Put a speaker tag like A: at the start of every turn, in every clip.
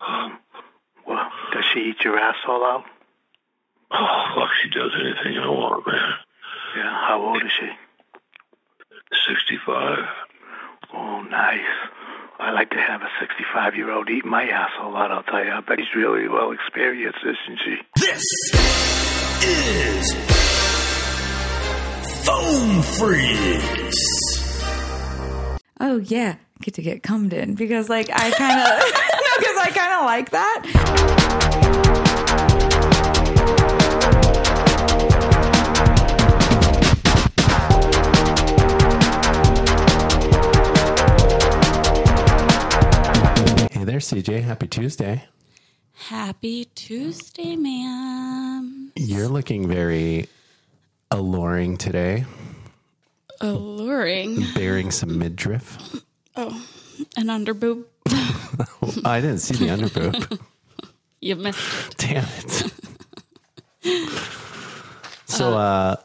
A: Um, well, does she eat your asshole out?
B: Oh, fuck, she does anything I want, man.
A: Yeah. How old is she?
B: 65.
A: Oh, nice. I like to have a 65 year old eat my asshole out, I'll tell you. I bet she's really well experienced, isn't she?
C: This is Foam Freaks.
D: Oh yeah, get to get cummed in because like I kind of because I kind of like that.
E: Hey there, CJ. Happy Tuesday.
F: Happy Tuesday, ma'am.
E: You're looking very alluring today,
F: Alluring.
E: bearing some midriff.
F: An underboob.
E: Oh, I didn't see the underboob.
F: You missed it.
E: Damn it. So, uh,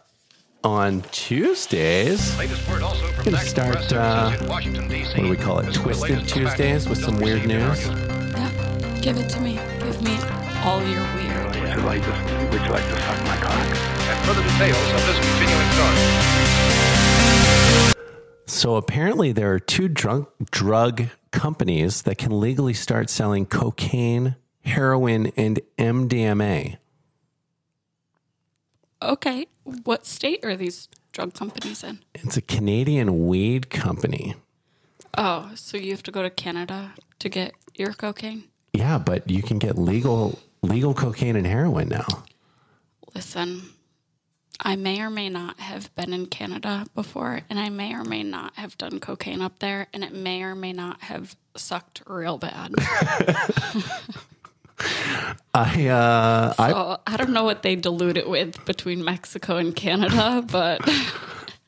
E: on Tuesdays,
G: Latest word also from
E: Gonna
G: Zach's
E: start,
G: press
E: uh,
G: services in Washington, D.C.
E: what do we call it?
G: This is the
E: Twisted
G: latest combatant
E: Tuesdays with
G: who
E: some
G: doesn't
E: weird
G: receive the
E: news.
G: argument.
F: Yeah. Give it to me. Give me all your weird.
A: Would you like to, would you like to suck my cock?
G: And further details of this continuing story.
E: So apparently, there are two drunk drug companies that can legally start selling cocaine, heroin, and MDMA.
F: Okay. What state are these drug companies in?
E: It's a Canadian weed company.
F: Oh, so you have to go to Canada to get your cocaine?
E: Yeah, but you can get legal legal cocaine and heroin now.
F: Listen, I may or may not have been in Canada before, and I may or may not have done cocaine up there, and it may or may not have sucked real bad.
E: I uh, I
F: Oh, I don't know what they dilute it with between Mexico and Canada, but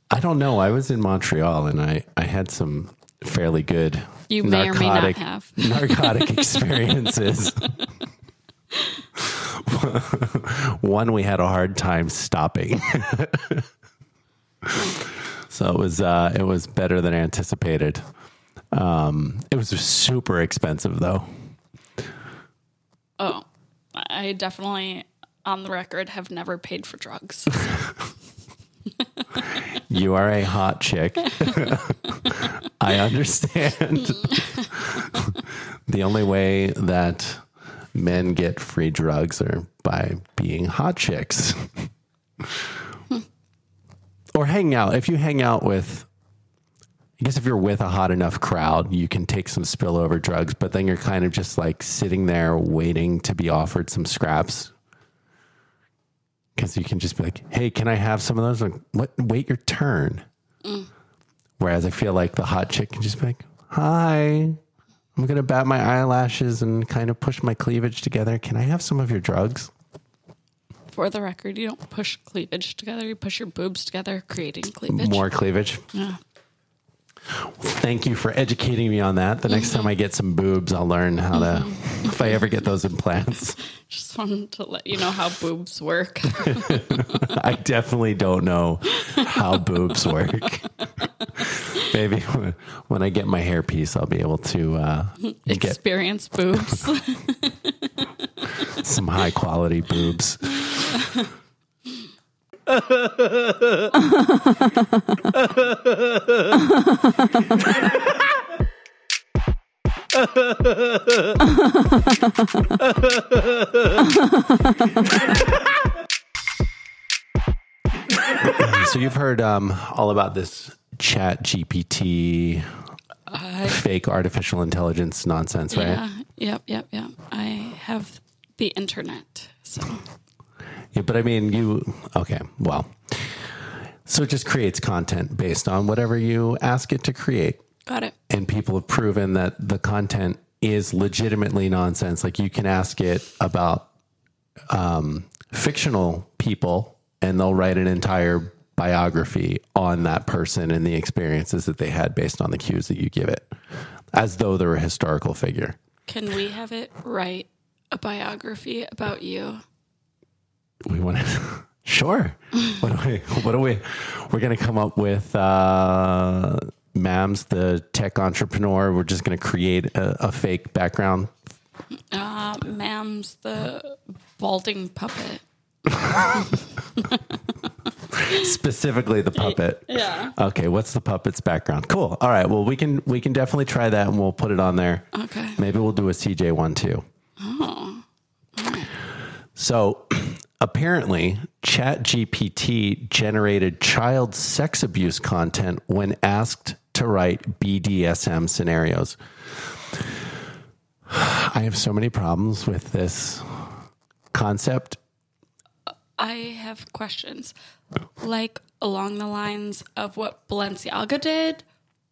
E: I don't know. I was in Montreal and I I had some fairly good
F: You may or may not have.
E: narcotic experiences. One we had a hard time stopping. so it was uh, it was better than anticipated. Um, it was super expensive though.
F: oh, I definitely, on the record, have never paid for drugs.
E: You are a hot chick. I understand. the only way that men get free drugs are by being hot chicks or hang out. If you hang out with, I guess if you're with a hot enough crowd, you can take some spillover drugs, but then you're kind of just like sitting there waiting to be offered some scraps because you can just be like, "Hey, can I have some of those?" Like, what? Wait your turn. Whereas I feel like the hot chick can just be like, "Hi, I'm gonna bat my eyelashes and kind of push my cleavage together. Can I have some of your drugs?"
F: for the record, you don't push cleavage together, you push your boobs together, creating cleavage.
E: More cleavage.
F: Yeah.
E: Thank you for educating me on that. The
F: Mm-hmm.
E: next time I get some boobs, I'll learn how to. if I ever get those implants,
F: Just wanted to let you know how boobs work.
E: I definitely don't know how boobs work. Maybe when- when I get my hairpiece, I'll be able to uh, get
F: Experience boobs.
E: some high quality boobs. so you've heard um, all about this chat GPT fake artificial intelligence nonsense, right?
F: yeah. Yep, yep, yep. I have the internet. So
E: Yeah, but I mean, you okay? Well, so it just creates content based on whatever you ask it to create,
F: got it.
E: and people have proven that the content is legitimately nonsense. Like you can ask it about um, fictional people, and they'll write an entire biography on that person and the experiences that they had based on the cues that you give it, as though they're a historical figure.
F: Can we have it write a biography about you?
E: we want to sure what do we what do we we're gonna come up with uh mams the tech entrepreneur we're just gonna create a, a fake background
F: Uh, Mam's the balding puppet.
E: specifically the puppet.
F: Yeah.
E: Okay, what's the puppet's background? Cool. All right. Well, we can we can definitely try that, and we'll put it on there.
F: Okay.
E: Maybe we'll do a CJ one too. So apparently, ChatGPT generated child sex abuse content when asked to write BDSM scenarios. I have so many problems with this concept.
F: I have questions, like along the lines of what Balenciaga did,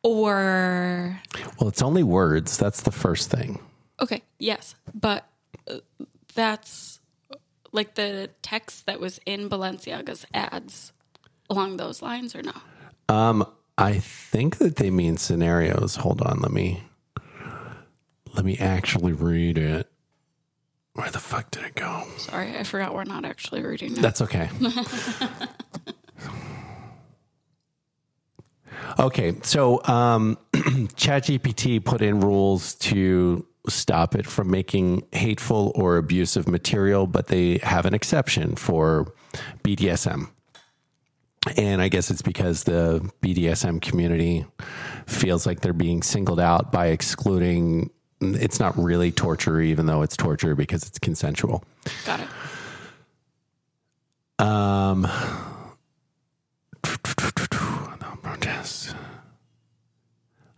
F: or
E: Well, it's only words. That's the first thing.
F: okay, yes, but uh, that's like the text that was in Balenciaga's ads along those lines, or no?
E: Um, I think that they mean scenarios. Hold on, let me let me actually read it. Where the fuck did it go?
F: Sorry, I forgot we're not actually reading that.
E: That's okay. okay, so um, ChatGPT put in rules to stop it from making hateful or abusive material, but they have an exception for BDSM. And I guess it's because the BDSM community feels like they're being singled out by excluding. It's not really torture, even though it's torture because it's consensual.
F: Got it.
E: Um, no protest.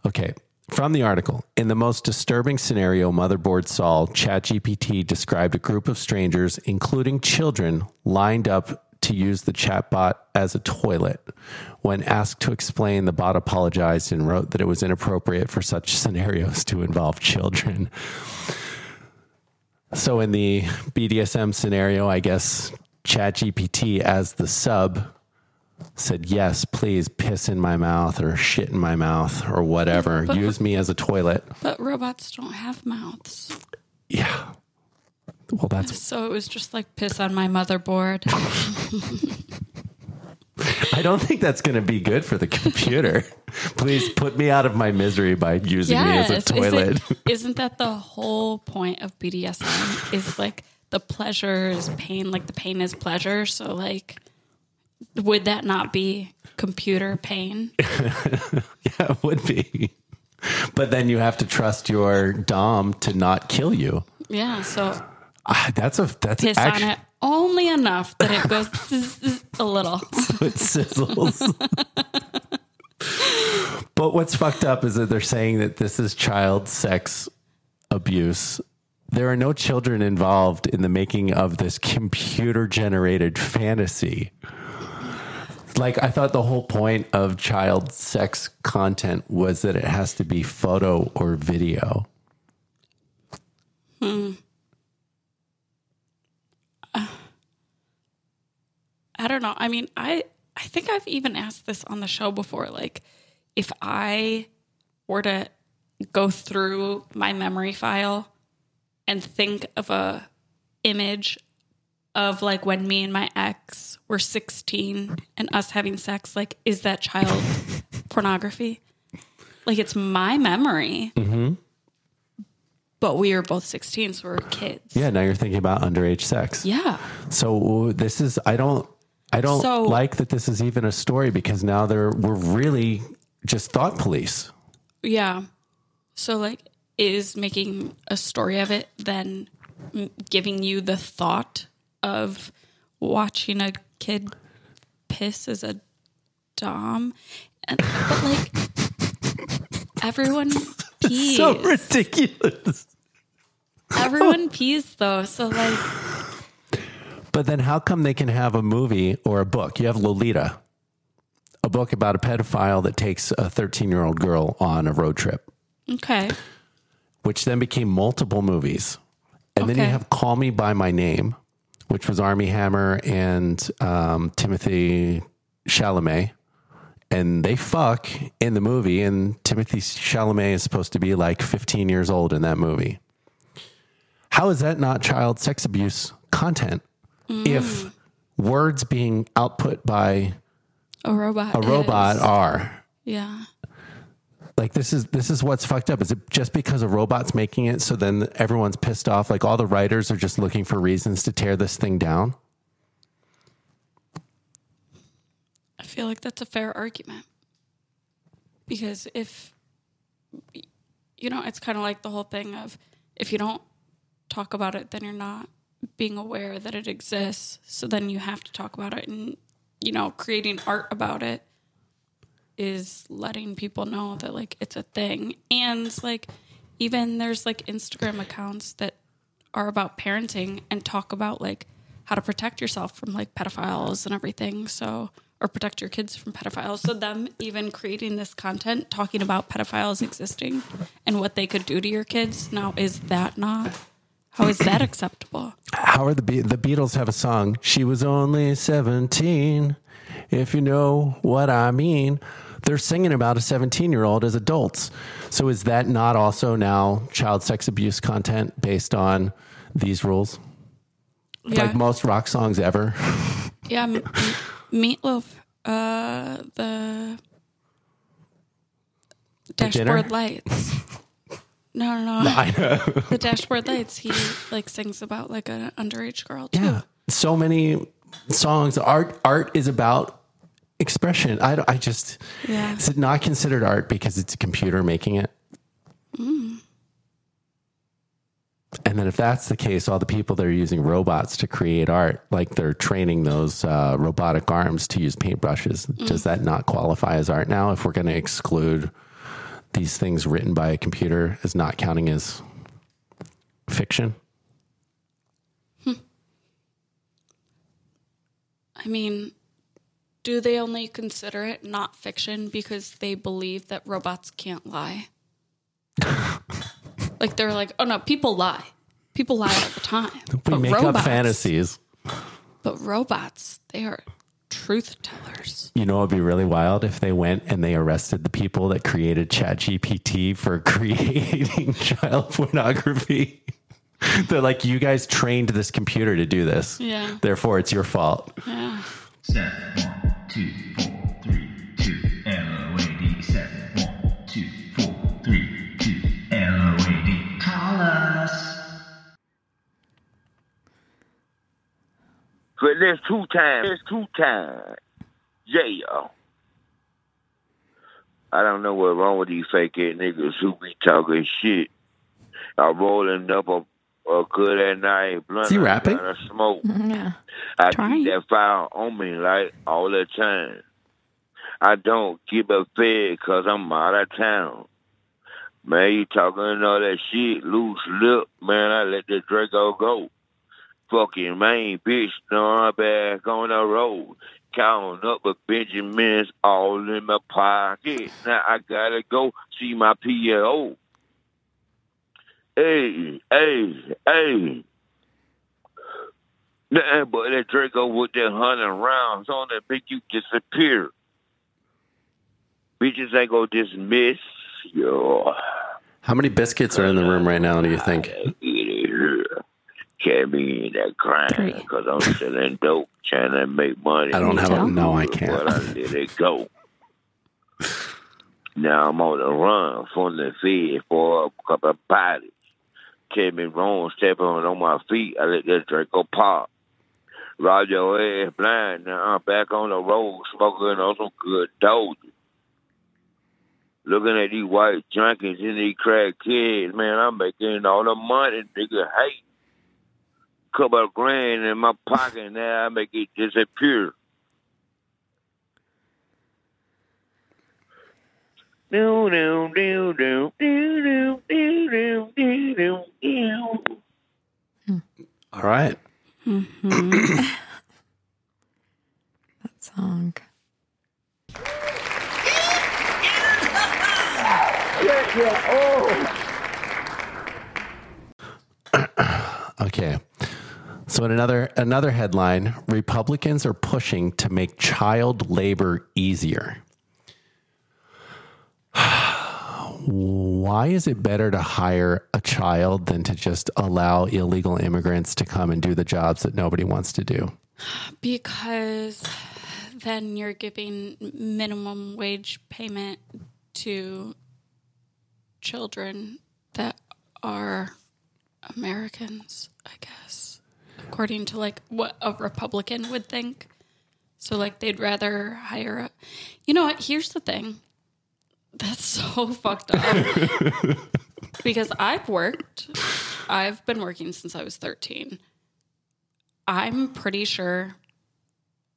E: Okay. From the article, in the most disturbing scenario Motherboard saw, ChatGPT described a group of strangers, including children, lined up to use the chatbot as a toilet. When asked to explain, the bot apologized and wrote that it was inappropriate for such scenarios to involve children. So in the BDSM scenario, I guess ChatGPT as the sub said, "Yes, please piss in my mouth or shit in my mouth or whatever. Use me as a toilet."
F: But robots don't have mouths.
E: Yeah. Well, that's
F: So it was just like piss on my motherboard.
E: I don't think that's going to be good for the computer. please put me out of my misery by using me as a toilet.
F: Isn't, isn't that the whole point of BDSM? Is like the pleasure is pain, like the pain is pleasure. So like, would that not be computer pain?
E: yeah, it would be. But then you have to trust your dom to not kill you.
F: Yeah. So
E: Ah, that's a that's
F: piss
E: actually,
F: on it only enough that it goes zzz, zzz, a little.
E: it sizzles. but what's fucked up is that they're saying that this is child sex abuse. There are no children involved in the making of this computer generated fantasy. Like, I thought the whole point of child sex content was that it has to be photo or video.
F: I don't know. I mean, I I think I've even asked this on the show before. Like, if I were to go through my memory file and think of a image of like when me and my ex were 16 and us having sex, like, is that child pornography? Like, it's my memory. But we were both 16, so we were kids.
E: Yeah, now you're thinking about underage sex.
F: Yeah.
E: So this is I don't I don't
F: So-
E: like that this is even a story because now they're we're really just thought police.
F: Yeah. So, like, is making a story of it then m- giving you the thought of watching a kid piss as a dom? And, but, like, everyone pees.
E: ridiculous.
F: everyone pees, though. So, like,
E: But then how come they can have a movie or a book? You have Lolita, a book about a pedophile that takes a 13-year-old girl on a road trip,
F: okay.
E: which then became multiple movies. And then you
F: Okay.
E: have Call Me by My Name, which was Army Hammer and um, Timothy Chalamet. and they fuck in the movie, and Timothy Chalamet is supposed to be like 15 years old in that movie. How is that not child sex abuse content? If words being output by
F: A robot.
E: a robot
F: is-
E: are
F: yeah.
E: Like this is this is what's fucked up. Is it just because a robot's making it? So then everyone's pissed off. Like all the writers are just looking for reasons to tear this thing down.
F: I feel like that's a fair argument. Because if, you know, it's kind of like the whole thing of if you don't talk about it, then you're not being aware that it exists. So then you have to talk about it. And, you know, creating art about it is letting people know that, like, it's a thing. And, like, even there's like Instagram accounts that are about parenting and talk about like how to protect yourself from like pedophiles and everything. So, or protect your kids from pedophiles. So, them even creating this content talking about pedophiles existing and what they could do to your kids. Now, is that not? How is that acceptable?
E: How are the Be- the Beatles have a song? She was only seventeen, if you know what I mean. They're singing about a seventeen year old as adults. So is that not also now child sex abuse content based on these rules?
F: Yeah,
E: Like most rock songs ever.
F: yeah. M- meatloaf, uh, the
E: dinner?
F: dashboard lights. No, no, no. the dashboard lights. He like sings about like an underage girl. Too.
E: Yeah. So many songs. Art art is about expression. I, don't- I just
F: Yeah.
E: is it not considered art because it's a computer making it? And then if that's the case, all the people that are using robots to create art, like they're training those uh, robotic arms to use paintbrushes, does that not qualify as art now? If we're going to exclude these things written by a computer as not counting as fiction,
F: I mean, do they only consider it not fiction because they believe that robots can't lie? like they're like, oh no, people lie. People lie all the time.
E: we make up fantasies.
F: But robots, they are truth tellers.
E: You know, it'd be really wild if they went and they arrested the people that created ChatGPT for creating child pornography. They're like, you guys trained this computer to do this.
F: Yeah.
E: Therefore, it's your fault.
F: Yeah.
H: Seven, one, two, four, three, two, L-O-A-D. Seven, one, two, four, three, two, L-O-A-D. Call us.
I: But there's two times. There's two times. Yeah. I don't know what's wrong with these fake ass niggas who be talking shit. I'm rolling up a, a good at night blunt.
E: he rapping?
I: A smoke.
D: Yeah.
I: I
F: Trying.
I: keep that fire on me like all the time. I don't give a fed cause I'm out of town. Man, you talking all that shit, loose lip, man, I let the Draco go. Fucking main bitch, no, I'm back on the road. Counting up with Benjamins all in my pocket. Now I gotta go see my PO. Hey, hey, hey. Nothing but that Draco with that hundred rounds on that make you disappear. Bitches ain't gonna dismiss your
E: How many biscuits are in the room right now, do you think?
I: Can't be in that crime
D: Three.
I: because I'm selling dope, trying to make money.
E: I don't have
D: a-
E: no, I
I: But
E: can't.
I: I let it go. Now I'm on the run from the fed for a couple of bodies. Can't be wrong, stepping on my feet. I let that Draco pop. Roger your ass blind. Now I'm back on the road, smoking on some good dope. Looking at these white junkies and these crack kids, man, I'm making all the money, nigga. Hey, couple of grand in my pocket now, I make it disappear. Do do do do do do do do do do.
E: All right.
D: That song.
E: Okay. So in another another headline, Republicans are pushing to make child labor easier. Why is it better to hire a child than to just allow illegal immigrants to come and do the jobs that nobody wants to do?
F: Because then you're giving minimum wage payment to children that are Americans, I guess, according to like what a Republican would think. So like they'd rather hire a You know what? Here's the thing. That's so fucked up. because I've worked. I've been working since I was 13. I'm pretty sure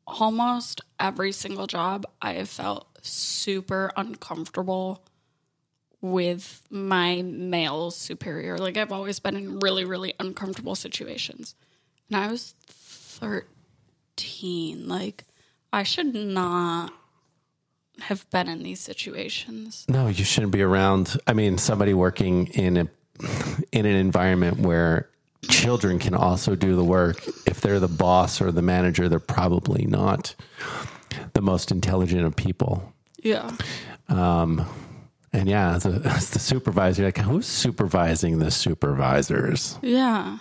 F: almost every single job I have felt super uncomfortable with my male superior. Like I've always been in really, really uncomfortable situations. And I was 13. Like I should not have been in these situations.
E: No, you shouldn't be around. I mean, somebody working in a in an environment where children can also do the work. If they're the boss or the manager, they're probably not the most intelligent of people.
F: Yeah.
E: And yeah, as, a, as the supervisor, you're like who's supervising the supervisors?
F: Yeah.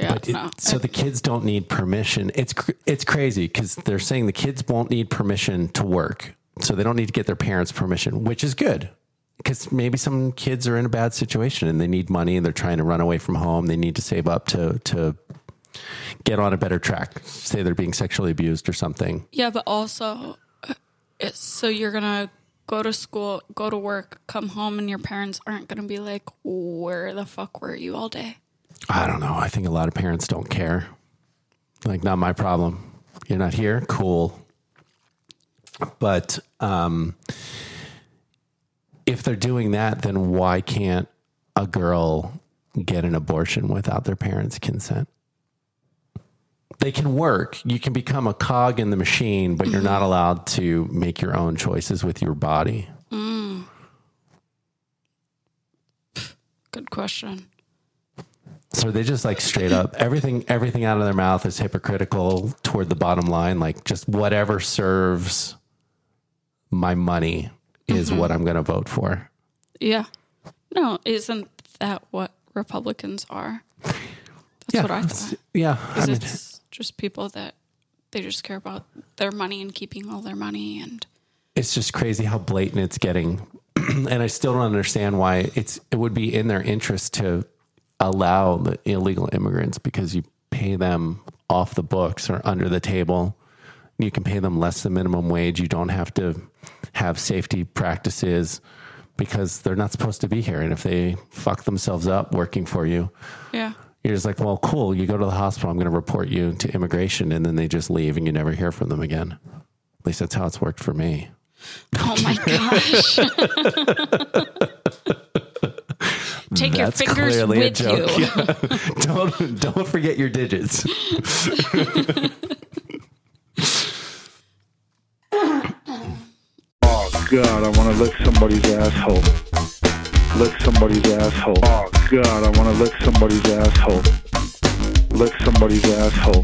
F: Yeah.
E: But it-
F: no.
E: so the kids don't need permission. It's cr- it's crazy because they're saying the kids won't need permission to work, so they don't need to get their parents' permission, which is good because maybe some kids are in a bad situation and they need money and they're trying to run away from home. They need to save up to to get on a better track. Say they're being sexually abused or something.
F: Yeah, but also, uh, it's, so you're gonna go to school, go to work, come home, and your parents aren't gonna be like, "Where the fuck were you all day?"
E: I don't know. I think a lot of parents don't care. Like, not my problem. You're not here. Cool. But um, if they're doing that, then why can't a girl get an abortion without their parents' consent? They can work. You can become a cog in the machine, but you're not allowed to make your own choices with your body.
F: Good question.
E: So they just like straight up everything everything out of their mouth is hypocritical toward the bottom line. Like just whatever serves my money is
F: Mm-hmm.
E: what I'm gonna vote for.
F: Yeah, no, isn't that what Republicans are? That's what I
E: it's-
F: thought.
E: Yeah.
F: 'Cause
E: I mean,
F: it's just people that they just care about their money and keeping all their money, and
E: it's just crazy how blatant it's getting. and I still don't understand why it's it would be in their interest to allow the illegal immigrants because you pay them off the books or under the table. You can pay them less than minimum wage. You don't have to have safety practices because they're not supposed to be here. And if they fuck themselves up working for you,
F: yeah,
E: you're just like, well, cool. You go to the hospital. I'm going to report you to immigration. And then they just leave and you never hear from them again. At least that's how it's worked for me.
F: Oh my gosh. Take your
E: That's
F: fingers
E: clearly a
F: with
E: joke.
F: you.
E: don't don't forget your digits.
A: Oh God, I want to lick somebody's asshole. Lick somebody's asshole. Oh God, I want to lick somebody's asshole. Lick somebody's asshole.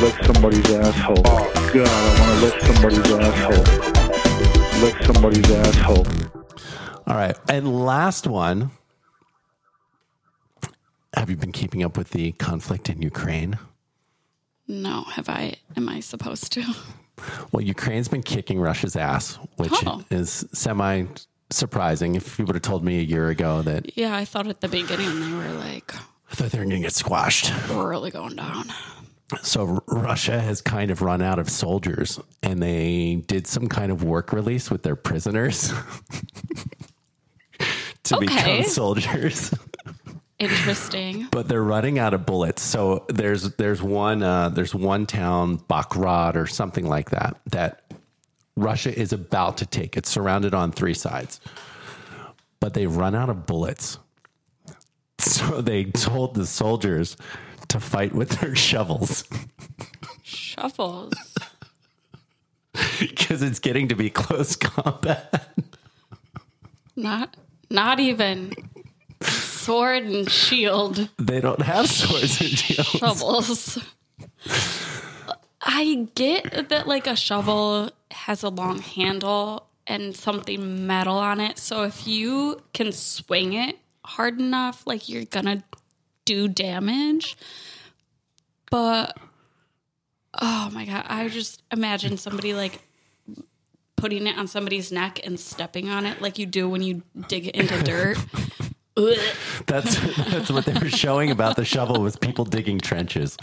A: Lick somebody's asshole. Oh God, I want to lick somebody's asshole. Lick somebody's asshole.
E: All right, and last one. Have you been keeping up with the conflict in Ukraine?
F: No, have I? Am I supposed to?
E: Well, Ukraine's been kicking Russia's ass, which
F: Oh.
E: is semi surprising. If you would have told me a year ago that
F: Yeah, I thought at the beginning they were like
E: I thought they were going to get squashed,
F: really going down.
E: so R- Russia has kind of run out of soldiers, and they did some kind of work release with their prisoners to
F: Okay.
E: become soldiers.
F: Interesting.
E: but they're running out of bullets. So there's there's one uh, there's one town Bakhmut or something like that that Russia is about to take. It's surrounded on three sides, but they run out of bullets. So they told the soldiers to fight with their shovels
F: Shuffles.
E: because it's getting to be close combat.
F: Not not even sword and shield
E: They don't have swords and shields.
F: shovels. I get that like a shovel has a long handle and something metal on it. So if you can swing it hard enough, like you're gonna do damage. But oh my god, I just imagine somebody like putting it on somebody's neck and stepping on it like you do when you dig into dirt. Ugh.
E: That's that's what they were showing about the shovel was people digging trenches.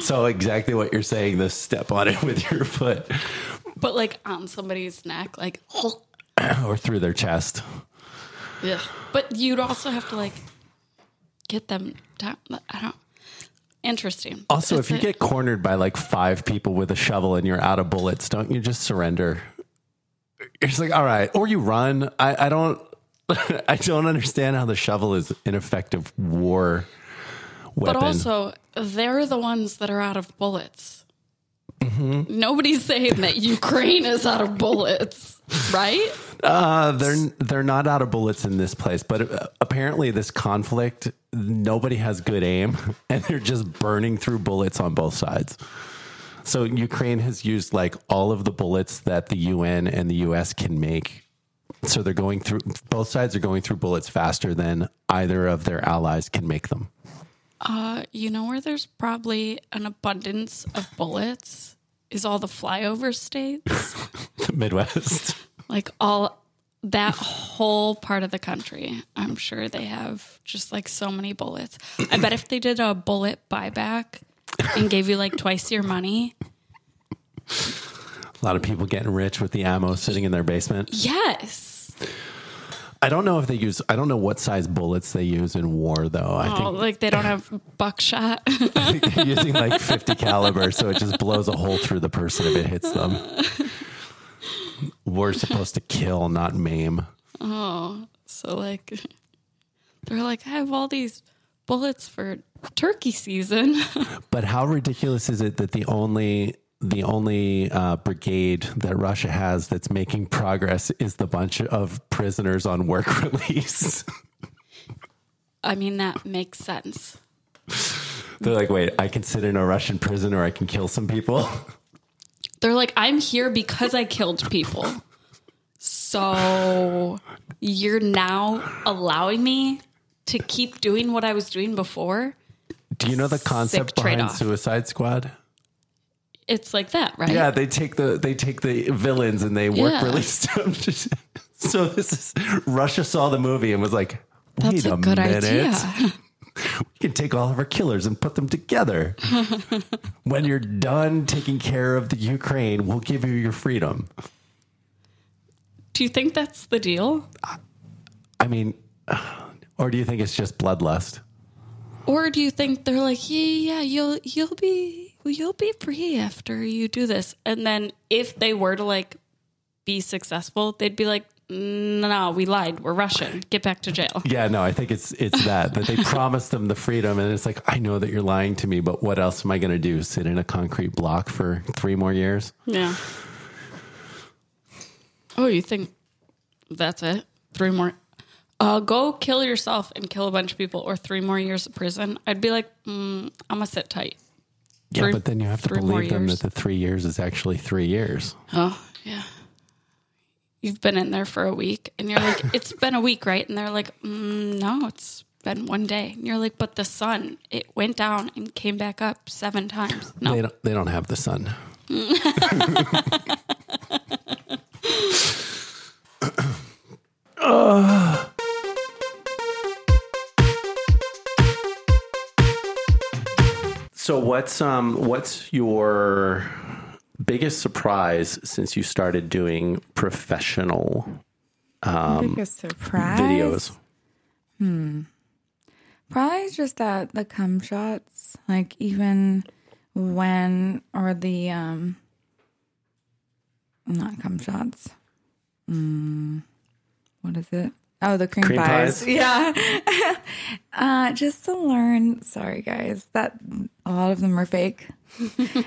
E: So exactly what you're saying, the step on it with your foot
F: but like on somebody's neck, like,
E: or through their chest.
F: ugh. but you'd also have to like get them down. I don't. Interesting.
E: Also,
F: It's
E: if you
F: a-
E: get cornered by like five people with a shovel and you're out of bullets, don't you just surrender? You're just like, all right, or you run. I, I don't, I don't understand how the shovel is an effective war
F: but
E: weapon.
F: also they're the ones that are out of bullets. Mm-hmm. Nobody's saying that Ukraine is out of bullets, right?
E: uh, they're they're not out of bullets in this place. But uh, apparently, this conflict, nobody has good aim, and they're just burning through bullets on both sides. So Ukraine has used like all of the bullets that the UN and the US can make. So they're going through both sides are going through bullets faster than either of their allies can make them.
F: Uh, you know where there's probably an abundance of bullets is all the flyover states,
E: The Midwest.
F: like all that whole part of the country. I'm sure they have just like so many bullets. I bet if they did a bullet buyback and gave you like twice your money,
E: A lot of people getting rich with the ammo sitting in their basement.
F: yes.
E: I don't know if they use I don't know what size bullets they use in war though. I
F: Oh,
E: think
F: like they don't have buckshot.
E: They're using like 50 caliber so it just blows a hole through the person if it hits them we're supposed to kill not maim
F: So like they're like, I have all these bullets for turkey season.
E: but how ridiculous is it that the only the only uh, brigade that russia has that's making progress is the bunch of prisoners on work release
F: I mean, that makes sense.
E: they're like wait i can sit in a russian prison or i can kill some people
F: They're like, I'm here because I killed people. So you're now allowing me to keep doing what I was doing before.
E: do you know the concept behind
F: trade-off.
E: suicide squad
F: It's like that, right?
E: Yeah, they take the they take the villains and they work
F: Yeah.
E: release them. so this is Russia saw the movie and was like, wait
F: That's
E: a,
F: a, good
E: minute,
F: idea.
E: we can take all of our killers and put them together. when you're done taking care of the Ukraine, we'll give you your freedom.
F: Do you think that's the deal?
E: I mean, or do you think it's just bloodlust?
F: Or do you think they're like, yeah, yeah, you'll you'll be you'll be free after you do this? And then if they were to like be successful, they'd be like, no, no, we lied. We're Russian. Get back to jail.
E: Yeah, no, I think it's it's that that they promised them the freedom, and it's like I know that you're lying to me, but what else am I going to do? Sit in a concrete block for three more years?
F: Yeah. Oh, you think that's it? Three more. Uh, go kill yourself and kill a bunch of people, or three more years of prison. I'd be like, mm, I'm gonna sit tight.
E: Yeah,
F: Three-
E: but then you have to
F: three more
E: believe them
F: years.
E: that the three years is actually three years.
F: Oh, yeah. You've been in there for a week and you're like, it's been a week, right? And they're like, mm, no, it's been one day. And you're like, but the sun, it went down and came back up seven times. No.
E: They don't. They don't have the sun. So what's um what's your biggest surprise since you started doing professional
D: Biggest surprise.
E: Um, videos?
D: Probably just that the cum shots, like even when or the um not cum shots. Mm, what is it? Oh, the cream,
E: Cream
D: pies.
E: pies.
D: Yeah. uh, just to learn, sorry guys, that a lot of them are fake.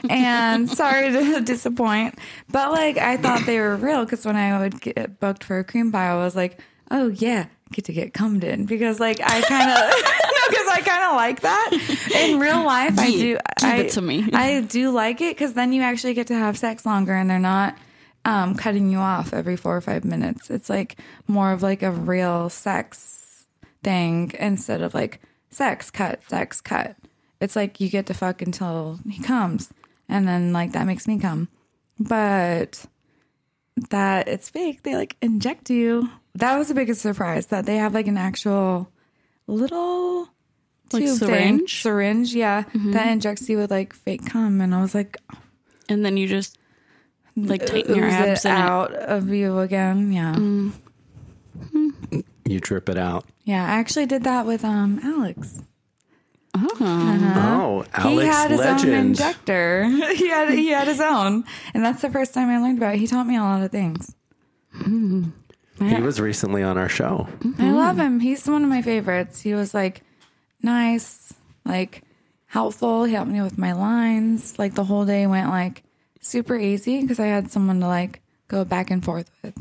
D: and sorry to disappoint, but like I thought they were real because when I would get booked for a cream pie, I was like, oh yeah, get to get cummed in because like I kind of because I kind of like that in real life. I
F: Yeah,
D: do.
F: give
D: I,
F: it to me.
D: I do like it because then you actually get to have sex longer and they're not. Um, cutting you off every four or five minutes. It's like more of like a real sex thing instead of like sex cut sex cut it's like you get to fuck until he comes and then like that makes me come but that it's fake. They like inject you. That was the biggest surprise that they have like an actual little
F: Like
D: tube thing.
F: syringe? Mm-hmm.
D: syringe, yeah, that injects you with like fake cum. And I was like,
F: and then you just like tighten your
D: Uh, ooze
F: abs
D: it
F: and it- Mm.
D: out of you again. Yeah,
E: You drip it out.
D: yeah. I actually did that with um Alex.
E: Oh, Alex
D: he had his own
E: Legend.
D: injector. he had he had his own, and that's the first time I learned about. it. He taught me a lot of things.
E: He was recently on our show.
D: I love him. He's one of my favorites. He was like nice, like helpful. He helped me with my lines. Like the whole day went like super easy because I had someone to like go back and forth with.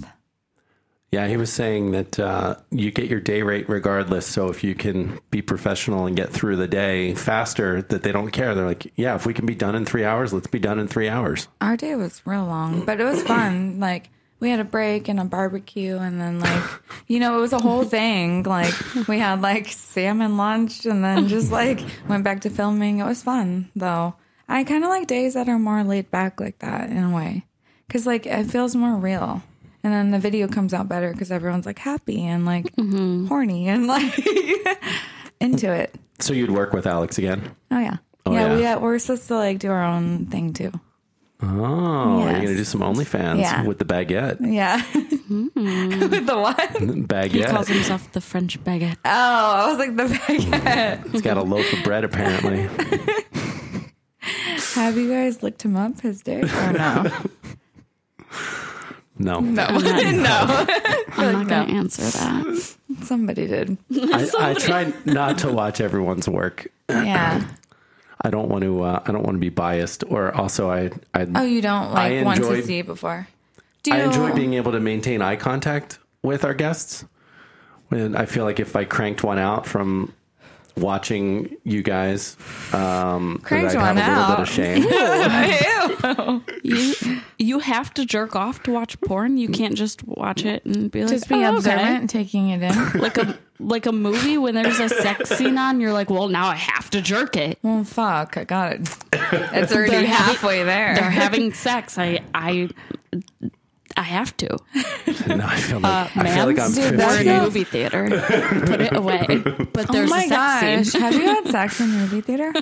E: Yeah, he was saying that uh, you get your day rate regardless. So if you can be professional and get through the day faster, that they don't care. They're like, yeah, if we can be done in three hours, let's be done in three hours.
D: Our day was real long, but it was fun. Like we had a break and a barbecue, and then like you know it was a whole thing. Like we had like salmon lunch, and then just like went back to filming. It was fun though. I kind of like days that are more laid back like that in a way, because like it feels more real. And then the video comes out better because everyone's like happy and like horny and like into it.
E: So you'd work with Alex again.
D: Oh yeah,
E: Oh,
D: yeah.
E: yeah.
D: We, uh, we're supposed to like do our own thing too.
E: Oh, you're
D: Yes.
E: going to do some OnlyFans
D: Yeah.
E: with the baguette.
D: Yeah, with the what?
F: he
E: Baguette.
F: calls himself the French baguette.
D: Oh, I was like the baguette.
E: It's got a loaf of bread, apparently.
D: Have you guys looked him up his dick or Oh, no? no,
E: No.
F: I'm not gonna answer that.
D: somebody did.
E: I, I try not to watch everyone's work.
D: Yeah.
E: I don't want to. Uh, I don't want to be biased. Or also, I I,
D: Oh, you don't like
E: I
D: want to
E: enjoy-
D: see before. Do
E: I enjoy being able to maintain eye contact with our guests. And I feel like if I cranked one out from watching you guys, um, that
D: Cranked
E: I'd have
D: one
E: a little
D: out.
E: bit of shame.
F: You you have to jerk off to watch porn. You can't just watch it and be like,
D: just be
F: "Oh, okay."
D: observant, taking it in.
F: Like a like a movie when there's a sex scene on, you're like, well, now I have to jerk it.
D: well, fuck, I got it. It's already
F: They're happy-
D: halfway there.
F: They're having sex. I I I have to.
E: no, I feel like, I feel
F: Uh, ma'am,
E: like I'm
D: dude,
E: 15.
F: We're in a
D: That's a-
F: movie theater. Put it away. But
D: oh
F: there's
D: my
F: a sex
D: gosh,
F: scene.
D: have you had sex in a movie theater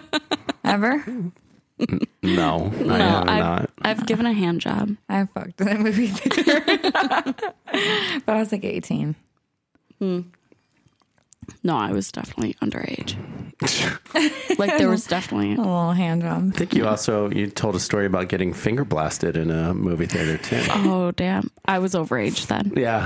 D: ever?
E: no, I
F: No,
E: am
F: I've,
E: not.
F: I've given a hand job.
D: I fucked in a movie theater, but I was like eighteen.
F: No, I was definitely underage. like there was definitely
D: A little hand job.
E: I think you also you told a story about getting finger blasted in a movie theater too.
F: Oh damn! I was overage then.
E: Yeah,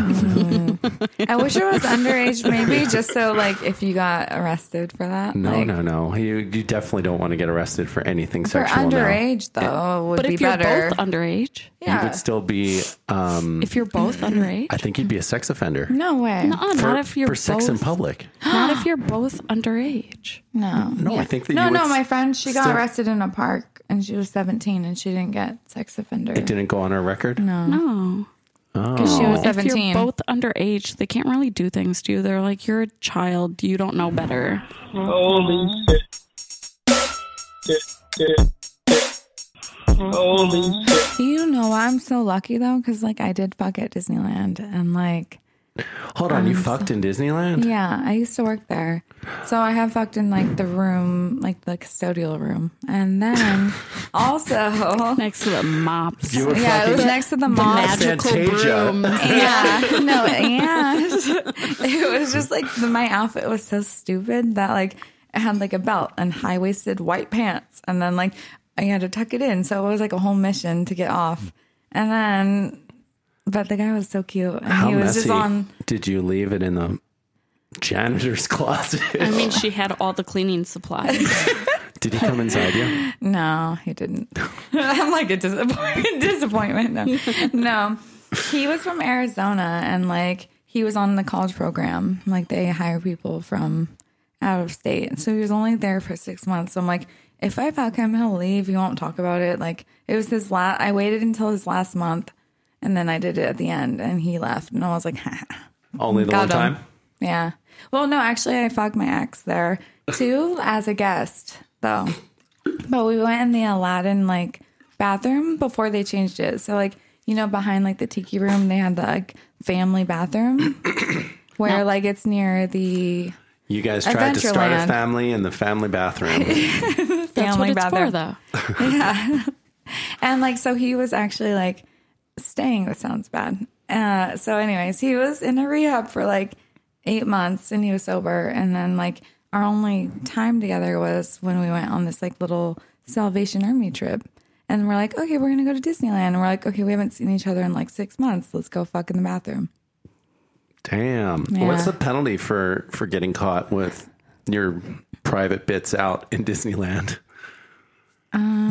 D: I wish it was underage, maybe, just so like if you got arrested for that.
E: no,
D: like,
E: no, no. You you definitely don't want to get arrested for anything
D: For
E: sexual. now.
D: underage though, would
F: But
D: be
F: if you're
D: better.
F: both underage,
E: you would still be. Um,
F: if you're both underage,
E: I think you'd be a sex offender.
D: no way.
F: no, not
E: for,
F: if you're
E: for sex in
F: both.
E: public.
F: not if you're both underage.
D: No.
E: No, I think that
D: No,
E: you would
D: no, my
E: s-
D: friend, she got
E: still-
D: arrested in a park and she was 17 and she didn't get sex offender.
E: It didn't go on our record. Oh.
F: No,
D: Because she was
F: if
D: 17.
F: you're both underage, they can't really do things to you. They're like, you're a child. You don't know better.
B: Holy shit. Holy shit.
D: you know why I'm so lucky though? Because like I did fuck at Disneyland and like,
E: Hold on, you fucked in Disneyland?
D: yeah, I used to work there. So I have fucked in like the room, like the custodial room. And then also,
F: Next to the mops,
E: You were
D: yeah, it was
E: fucking
D: next to the mall.
F: magical
E: Fantasia.
F: brooms.
D: yeah no and it was just like the, my outfit was so stupid that like it had like a belt and high-waisted white pants and then like i had to tuck it in so it was like a whole mission to get off and then but the guy was so cute and
E: How
D: he was
E: messy
D: just on
E: did you leave it in the janitor's closet?
F: I mean, she had all the cleaning supplies.
E: did he come inside you?
D: no he didn't i'm like a disappointment disappointment no no he was from arizona and like he was on the college program like they hire people from out of state. So he was only there for six months. So I'm like, if I fuck him, he'll leave. He won't talk about it. Like it was his last, I waited until his last month and then I did it at the end and he left. And I was like,
E: Only the
D: Got
E: one
D: him.
E: time?
D: yeah. Well, no, actually I fucked my ex there too as a guest though. But we went in the Aladdin like bathroom before they changed it. So like you know, behind like the tiki room, they had the like, family bathroom where like it's near the
E: You guys tried to start a
D: Adventureland.
E: family in the family bathroom.
F: That's what
D: family
F: it's
D: bathroom.
F: for, though.
D: And like, so he was actually like staying. That sounds bad. Uh, so, anyways, he was in a rehab for like eight months and he was sober. And then, like, our only time together was when we went on this like little Salvation Army trip. And we're like, okay, we're going to go to Disneyland. And we're like, okay, we haven't seen each other in like six months. Let's go fuck in the bathroom.
E: Damn.
D: Yeah.
E: What's the penalty for for getting caught with your private bits out in Disneyland?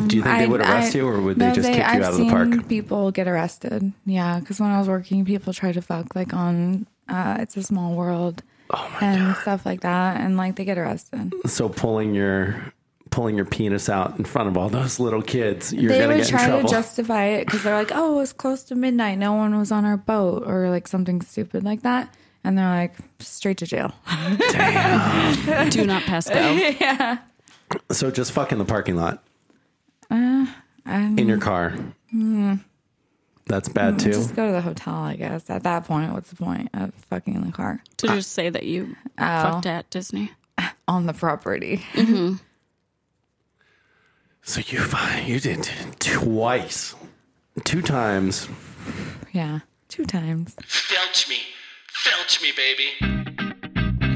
E: Do you think they would arrest
D: Um, I-
E: you, or would
D: no,
E: they just kick
D: I've
E: you out of the park?
D: seen People get arrested. Yeah, because when I was working, people try to fuck like on uh, "It's a Small World"
E: Oh
D: and stuff like that, and like they get arrested.
E: So pulling your pulling your penis out in front of all those little kids, you're
D: they
E: gonna
D: would
E: get in
D: try to
E: trouble.
D: justify it because they're like, "Oh, it was close to midnight. No one was on our boat," or like something stupid like that, and they're like, "Straight to jail."
F: Do not pass go.
E: so just fuck in the parking lot.
D: Uh,
E: in your car. That's bad too.
D: Hmm. Just go to the hotel, I guess. At that point, what's the point of fucking in the car
F: To just say that you fucked at Disney.
D: on the property?
E: So you fi- you did twice, two times.
D: yeah, two times.
J: Felch me. Felch me, baby.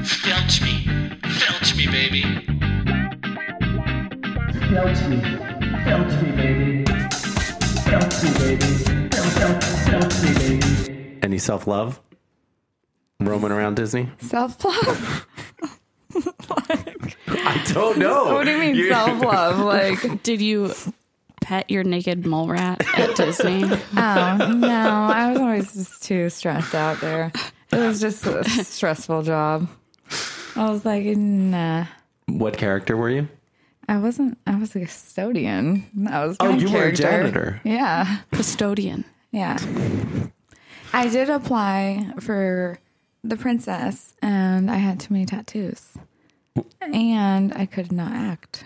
J: Felch me. Felch me, baby.
H: Felt me, felt me, baby. Felt me, baby. Felt, felt, felt me, baby.
E: Any self love? Roaming around Disney?
D: Self love.
E: I don't know.
D: What do you mean self love? Like.
F: Did you pet your naked mole rat at Disney?
D: Oh no, I was always just too stressed out there. It was just a stressful job. I was like, nah.
E: What character were you?
D: I wasn't. I was a custodian. I was.
E: Oh,
D: my
E: you were a
D: character.
E: janitor.
D: Yeah,
F: Custodian.
D: yeah. I did apply for the princess, and I had too many tattoos, and I could not act.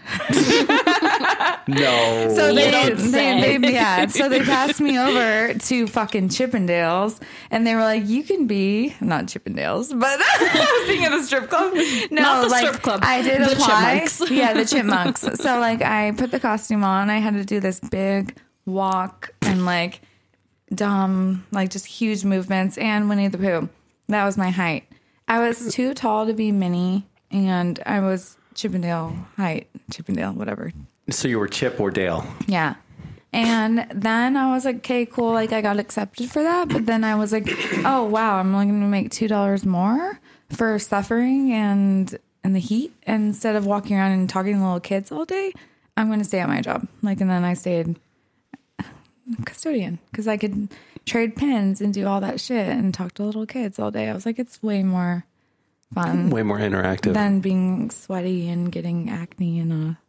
E: No.
D: So they,
F: don't
D: they,
F: say.
D: they- yeah. So they passed me over to fucking Chippendales, and they were like, "You can be not Chippendales, but I was thinking of the strip club. No,
F: Not the
D: like,
F: strip club.
D: I did
F: The
D: apply.
F: Chipmunks.
D: Yeah, the chipmunks. so like, I put the costume on. I had to do this big walk and like dumb, like just huge movements, and Winnie the Pooh. That was my height. I was too tall to be mini, and I was Chippendale height, Chippendale, whatever,
E: so you were Chip or Dale.
D: yeah. And then I was like, okay, cool. Like, I got accepted for that. But then I was like, oh, wow, I'm only going to make $2 more for suffering and, and the heat. And instead of walking around and talking to little kids all day, I'm going to stay at my job. Like, and then I stayed custodian because I could trade pens and do all that shit and talk to little kids all day. I was like, it's way more fun
E: Way more interactive.
D: than being sweaty and getting acne in a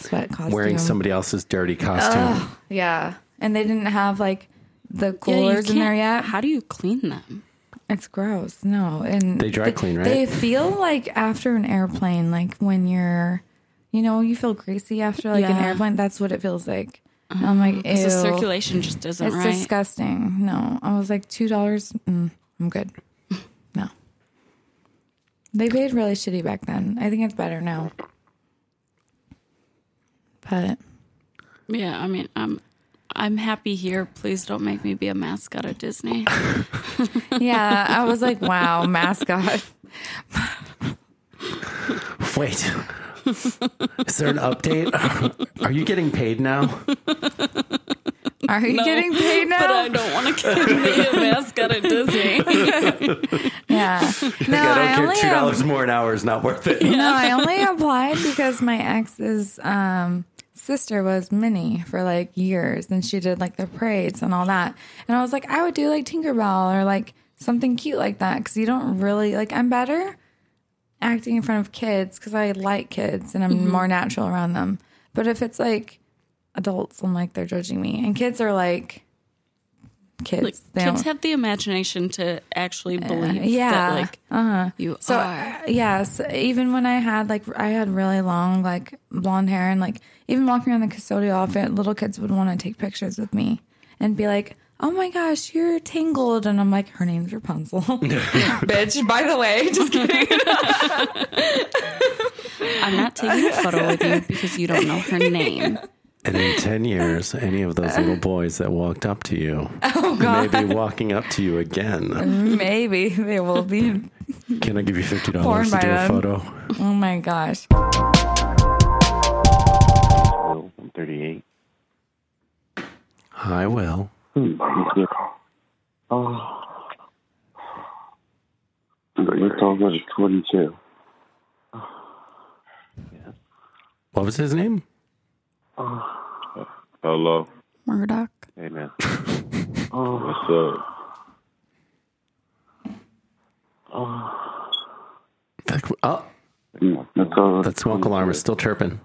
D: sweat costume.
E: Wearing somebody else's dirty costume.
D: Yeah. And they didn't have like the
F: Yeah, you
D: coolers in there yet.
F: can't- How do you clean them?
D: It's gross. No. And
E: They dry clean, right?
D: They feel like after an airplane, like when you're, you know, you feel greasy after like an
F: Yeah.
D: airplane. That's what it feels like. And I'm like, ew.
F: Because the circulation just isn't
D: it's
F: right.
D: disgusting. No. I was like, $2. Mm, I'm good. No. They paid really shitty back then. I think it's better now. But
F: Yeah, I mean, I'm I'm happy here. Please don't make me be a mascot at Disney.
D: yeah, I was like, wow, mascot.
E: Wait. Is there an update? Are you getting paid now?
D: Are you getting paid now?
F: But I don't want to be a mascot at Disney.
D: Yeah. No,
E: I don't
D: I,
E: care.
D: only
E: Two dollars more an hour is not worth it.
D: no, I only applied because my ex's um, sister was Minnie for like years and she did like the parades and all that. And I was like, I would do like Tinkerbell or like something cute like that because you don't really like, I'm better acting in front of kids because I like kids and I'm
F: Mm-hmm.
D: more natural around them. But if it's like adults, I'm like, they're judging me. And kids are like, kids.
F: Like,
D: They
F: kids
D: don't-
F: have the imagination to actually believe
D: yeah.
F: that like you
D: So
F: are.
D: uh, yes, even when I had like I had really long like blonde hair and like even walking around the custodial outfit, little kids would want to take pictures with me and be like, oh my gosh, you're tangled. And I'm like, her name's Rapunzel. Bitch, by the way, just kidding.
F: I'm not taking a photo with you because you don't know her name.
E: And in 10 years, any of those little boys that walked up to you
D: Oh,
E: may be walking up to you again.
D: Maybe they will be.
E: Can I give you $50
D: Mm. Porn
E: to
D: by
E: do a
D: then.
E: photo?
D: Oh my gosh.
I: Hello, I'm 38.
E: I will.
I: Oh. Let's all go to 22.
E: What was his name?
K: Hello.
F: Murdoch.
K: Hey, man. What's up?
E: That- Oh, that smoke alarm is still chirping.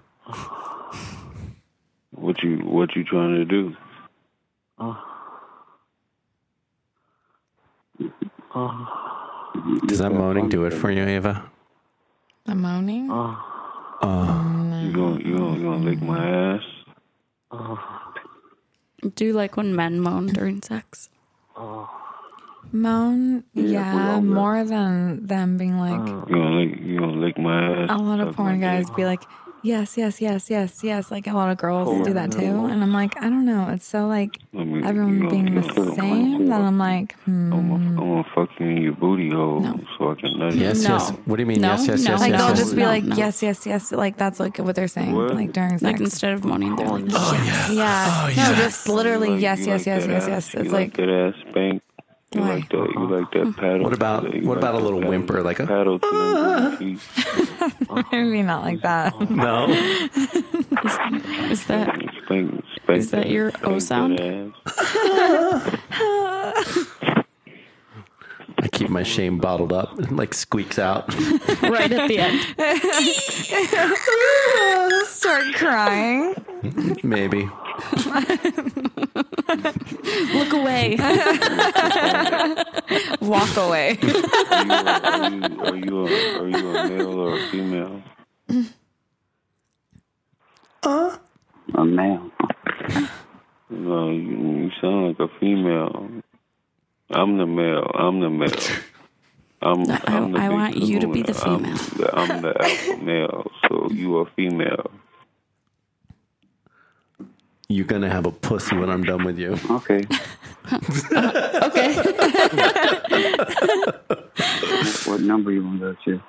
K: What you What you trying to do?
E: Does that moaning do it for you, Ava?
D: The moaning?
K: You gonna You gonna, you gonna lick my ass?
F: Do you like when men moan during sex?
D: Moan, yeah, more than them being like,
K: You gonna lick You gonna lick my ass?
D: a lot of porn guys be like, yes, yes, yes, yes, yes. Like a lot of girls do that too. And I'm like, I don't know. It's so like
K: I mean,
D: everyone
K: you
D: being
K: gonna-
D: the same that I'm like, hmm.
K: I'm gonna,
F: Mm.
K: I'm gonna fuck you in your booty hole so I can nut
E: Yes,
K: you.
F: No.
E: yes. What do you mean?
F: No,
E: yes, yes,
F: no,
E: yes,
D: Like
E: yes.
D: they'll
E: yes.
D: just be
F: No,
D: like,
F: no.
D: yes, yes, yes. Like that's like what they're saying.
K: What?
D: Like during
F: Like
D: sex.
F: instead of moaning, they're like,
D: yeah, yeah.
E: Oh,
D: no,
E: yes.
D: just literally
K: You
D: yes,
K: like
D: yes, yes,
K: that
D: yes,
K: ass?
D: yes.
K: You
D: It's
K: like,
D: like,
K: that ass spank. You
D: Why?
K: like that?
F: Uh-huh.
K: You like that paddle?
E: What about-
K: You
E: what
K: like
E: about a
K: that
E: little
K: paddle-
E: whimper, like a-
K: paddle? to the teeth,
D: maybe not like that.
E: no.
F: is that
K: spank- spank
F: Is that your O
K: spank that
F: sound?
K: ass.
E: I keep my shame bottled up. It like squeaks out.
F: right at the end?
K: Oh.
D: Start crying.
E: Maybe.
F: Look away.
D: Walk away.
K: Are you, are you, a, are you a male or a female?
I: A male.
K: No, you, you sound like a female. I'm the male. I'm the male. I'm,
F: I-
K: I'm the
F: I
K: big
F: want you to be the
K: kahuna. I'm
F: female.
K: the, I'm the alpha male, so you are female.
E: You're going to have a pussy when I'm done with you.
I: Okay.
F: okay.
I: what number you want to go to?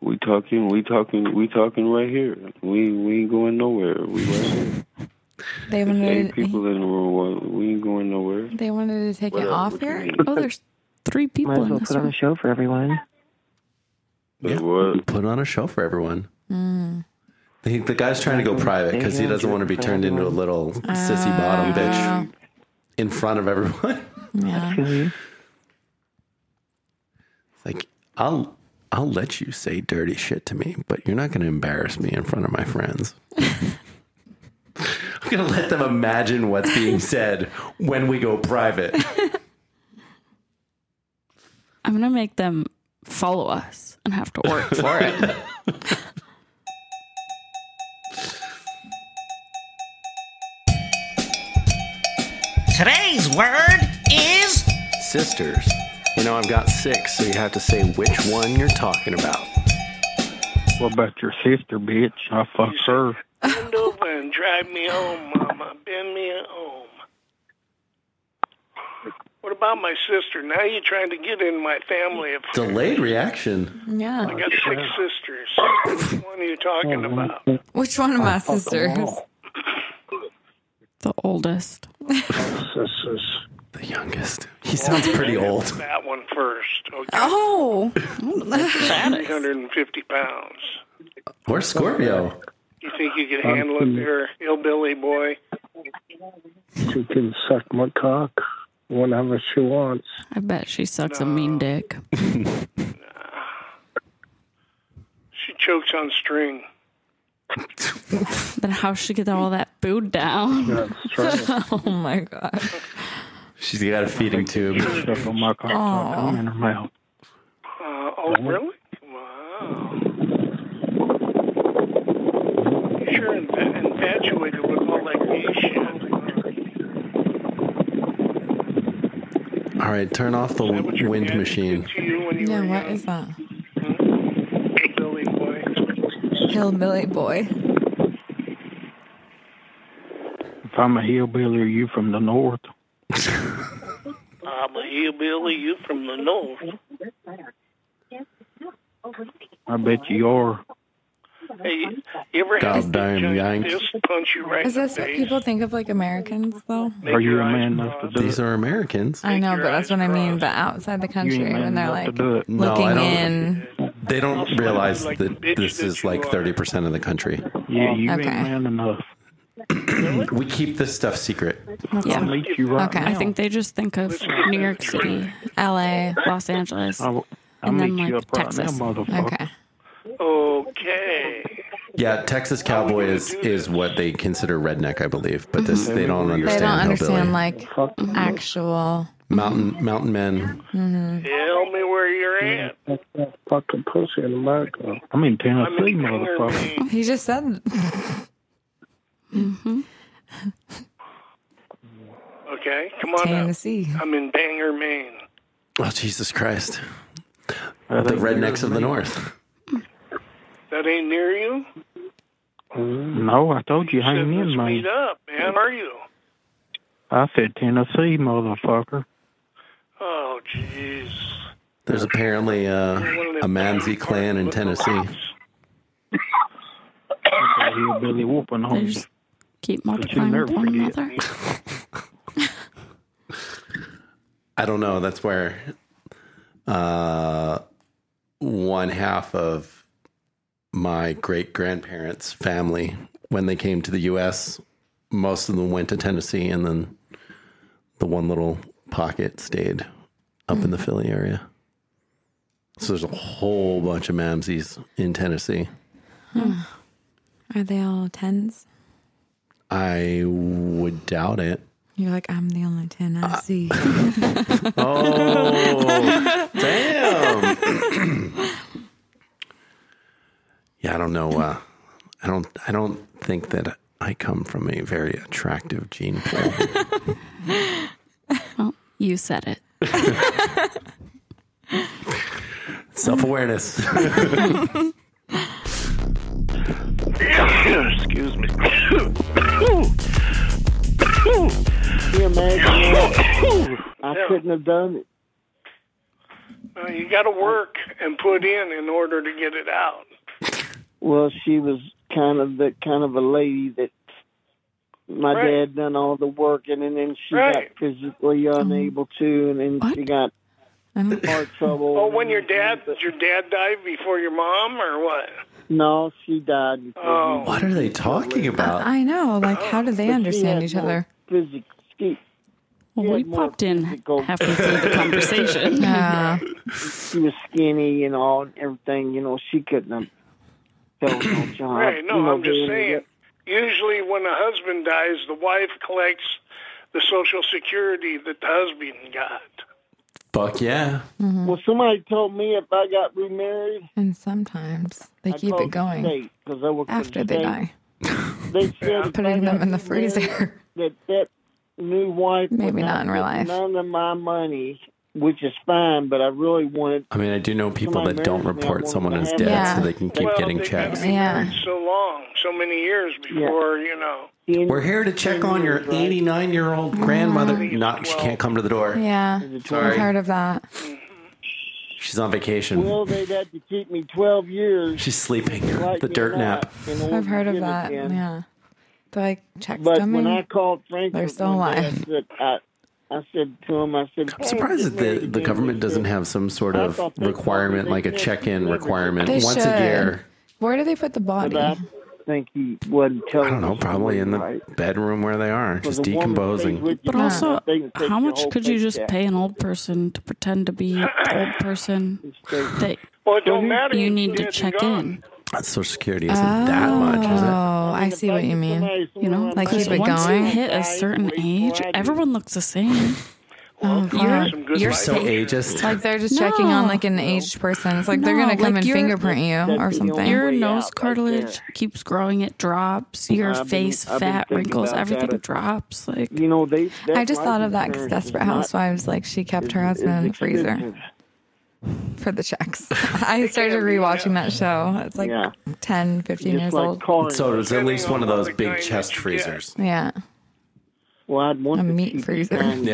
K: We talking, we talking, we talking right here. We we ain't going nowhere. We right here.
D: They wanted
K: Eight
D: to,
K: people in the room. We ain't going nowhere.
D: they wanted to take it off here.
F: Oh, there's three people in this room.
I: show for everyone.
K: Like what?
E: Put on a show for everyone. The, the guy's trying to go private because he doesn't want to be turned into a little sissy bottom bitch in front of everyone.
D: Yeah.
E: It's like, I'll. I'll let you say dirty shit to me, but you're not going to embarrass me in front of my friends. I'm going to let them imagine what's being said when we go private.
F: I'm gonna make them follow us and have to work for it.
L: Today's word is
E: Sisters. You know, I've got six, so you have to say which one you're talking about.
M: What about your sister, bitch? I fucked her.
N: Bend over and drive me home, Mama. Bend me home. What about my sister? Now you're trying to get in my family affair.
E: Delayed reaction.
D: Yeah.
N: I got six sisters. Which one are you talking about?
D: Which one of my sisters?
F: The oldest.
E: The youngest. He sounds pretty old.
N: That one first. Okay.
D: Oh,
E: Oh.
N: 350 pounds.
E: Or Scorpio.
N: You think you could handle it there, hillbilly boy?
M: She can suck my cock whenever she wants.
F: I bet she sucks a mean dick.
N: She chokes on string.
F: Then how she get all that food down?
D: oh my god.
E: She's got a feeding tube.
M: Suck on my cock.
D: Aw.
M: I'm in her mouth.
N: Uh, oh, really? Wow. You're sure inf- infatuated with all
I: allegation.
E: All right, turn off the wind machine.
D: Yeah, what is that? Hillbilly boy.
N: If I'm a hillbilly, are you from the north?
L: I'm a hillbilly. You from the north?
N: I bet you are.
L: Hey, you ever
N: God
L: had
N: damn
L: to
N: Yanks.
L: just punch you right
D: Is
L: in the
D: this what
L: face?
D: people think of like Americans though?
N: Are you a man enough to do
E: These are Americans.
D: I know, but that's what I mean. But outside the country,
E: man
D: when they're
E: enough to
D: like
E: do it. No, I
D: looking
E: don't-
D: in,
E: They don't realize that this is like 30% of the country.
N: Yeah, you
D: Okay.
N: ain't man enough.
E: we keep this stuff secret.
O: Yeah.
D: Okay.
O: I think they just think of New York City,
D: L.A.,
O: Los Angeles,
N: I'll
O: and then
N: meet
O: like
N: you up right now,
O: Texas.
N: motherfucker.
O: okay.
L: Okay.
E: Yeah, Texas cowboy is, is what they consider redneck, I believe, but this they don't
D: they
E: understand.
D: don't
E: hillbilly.
D: understand like actual.
E: mountain mountain men.
D: mhm.
L: Tell me where you're at.
N: Fucking pussy in America. I mean Tennessee, motherfucker.
D: He just said. mm-hmm.
L: Okay, come on.
D: Tennessee.
L: Up. I'm in Bangor, Maine.
E: Oh Jesus Christ! the rednecks of the north.
L: That ain't near you.
N: No, I told you, hang in, man.
L: Meet up, man. Where are you?
N: I said Tennessee, motherfucker.
L: Oh, jeez.
E: There's apparently uh, a Mamsie clan in Tennessee.
N: Okay, hillbilly whooping
O: They
N: homies.
O: just keep
N: you'll
O: multiplying
N: never
O: with one
N: forget.
O: another.
E: I don't know. That's where uh, one half of my great grandparents' family, when they came to the U.S., most of them went to Tennessee, and then the one little pocket stayed up in the Philly area. So there's a whole bunch of Mamsies in Tennessee.
D: Are they all tens?
E: I would doubt it.
D: You're like I'm the only ten I see.
E: Uh, Oh, damn. yeah, I don't know. Uh, I don't. I don't think that I come from a very attractive gene pool.
O: Well, you said it.
E: Self awareness.
B: Excuse me. Can
K: you imagine I couldn't have done it.
L: Uh, you got to work and put in in order to get it out.
K: Well, she was kind of the kind of a lady that my
L: Right.
K: dad done all the work, and, and then she
L: Right.
K: got physically unable to, and then she got heart trouble.
L: Oh, when your dad, did your dad die before your mom, or what?
K: No, she died. Before
L: Oh.
E: What are they talking about?
D: I know. Like, how do they understand each other?
K: Physics. She,
O: Well, we popped in halfway through the conversation.
D: Yeah.
K: she was skinny and all, and everything. You know, she couldn't have held no job.
L: Right, no,
K: you know,
L: I'm just
K: being-
L: saying. Usually, when a husband dies, the wife collects the social security that the husband got.
E: Fuck yeah.
K: Well, somebody told me if I got remarried,
D: And sometimes they
K: I
D: keep
K: called
D: it
K: the
D: going
K: state 'cause I worked for
D: after
K: the
D: they
K: state.
D: die.
K: They said if I
D: Putting them
K: got
D: in the
K: remarried,
D: freezer.
K: That that new wife would
D: Maybe not in real
K: get
D: life.
K: None of my money, which is fine, but I really wanted.
E: I mean, I do know people
K: Somebody
E: that don't
K: marries me, I
E: report
K: want
E: someone
K: to
E: as
K: have
E: dead
K: them.
E: so they can keep
K: Well,
E: getting
K: they
E: checks.
D: Yeah.
L: So long, so many years before, you know.
E: We're here to check on your 89 year
K: Mm-hmm.
E: old grandmother. No, she can't come to the door.
D: Yeah. I've
E: Sorry.
D: heard of that.
E: She's on vacation.
K: Well, they'd had to keep me twelve years.
E: She's sleeping.
K: Like
E: The
K: me
E: dirt
K: not,
E: nap.
K: in order
D: I've heard
K: to
D: of
K: get it
D: that.
K: again.
D: Yeah. They're like, check
K: But
D: them
K: when
D: in.
K: I called Frank,
D: They're still
K: I
D: alive.
K: said, I, I said to him, I said,
E: I'm surprised that the, the government doesn't have some sort of requirement, like a check in requirement
D: They
E: once
D: should.
E: a year.
D: Where do they put the body?
K: I think he wasn't
E: I
K: telling.
E: don't know, probably in the bedroom where they are, just decomposing.
O: But also, how much could you just pay an old person to pretend to be an old person? That
L: well, it don't matter.
O: You need to check in.
E: Social Security isn't that much, is it?
D: Oh, I see what you mean.
O: You know,
D: Like,
O: because
D: keep it
O: once you
D: going.
O: hit a certain age, everyone looks the same.
D: Oh,
L: God. some good
E: You're so
L: vibes.
E: ageist.
D: Like they're just checking on like an aged person. It's like they're
F: No,
D: gonna come
F: like
D: and
F: your-
D: fingerprint you or something.
F: Your nose cartilage keeps growing; it drops. Your
D: I've been-
F: face,
D: I've been
F: fat,
D: thinking
F: wrinkles,
D: about
F: everything
D: that.
F: drops. Like
P: you know, they.
D: I just thought of that because Desperate Housewives, like she kept her husband in the freezer for the checks. I started rewatching that show. It's like
E: Yeah.
D: ten, fifteen 10, 15 years old.
E: So there's at least one of those big chest freezers.
D: Yeah.
P: Well, I'd want
D: a meat freezer. Mm-hmm.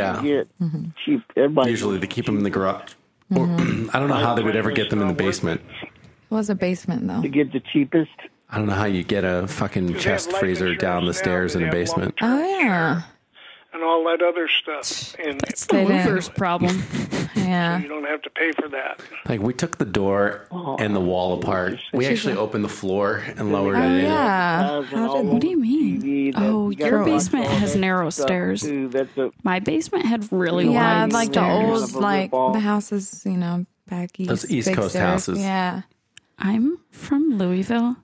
E: Yeah.
P: Cheap. Everybody.
E: Usually they keep them in the garage. Or, I don't know how they would ever get them in the basement.
D: It was a basement though.
P: get the cheapest.
E: I don't know how you get a fucking chest freezer down the stairs in a basement.
D: Oh yeah.
L: and all that other stuff. And
F: That's the roofers' problem.
D: yeah.
L: You don't have to pay for that.
E: Like we took the door and the wall apart. We actually opened the floor and lowered
F: Oh,
E: it. in.
F: yeah. what do you mean? Oh,
E: gotta
F: your
E: watch
F: basement has narrow stairs. My basement had really
D: yeah,
F: wide
D: like the
F: stairs.
D: old like the houses, you know, back east.
F: Those East
D: big
F: Coast
D: stairs.
F: houses.
D: Yeah.
F: I'm from Louisville,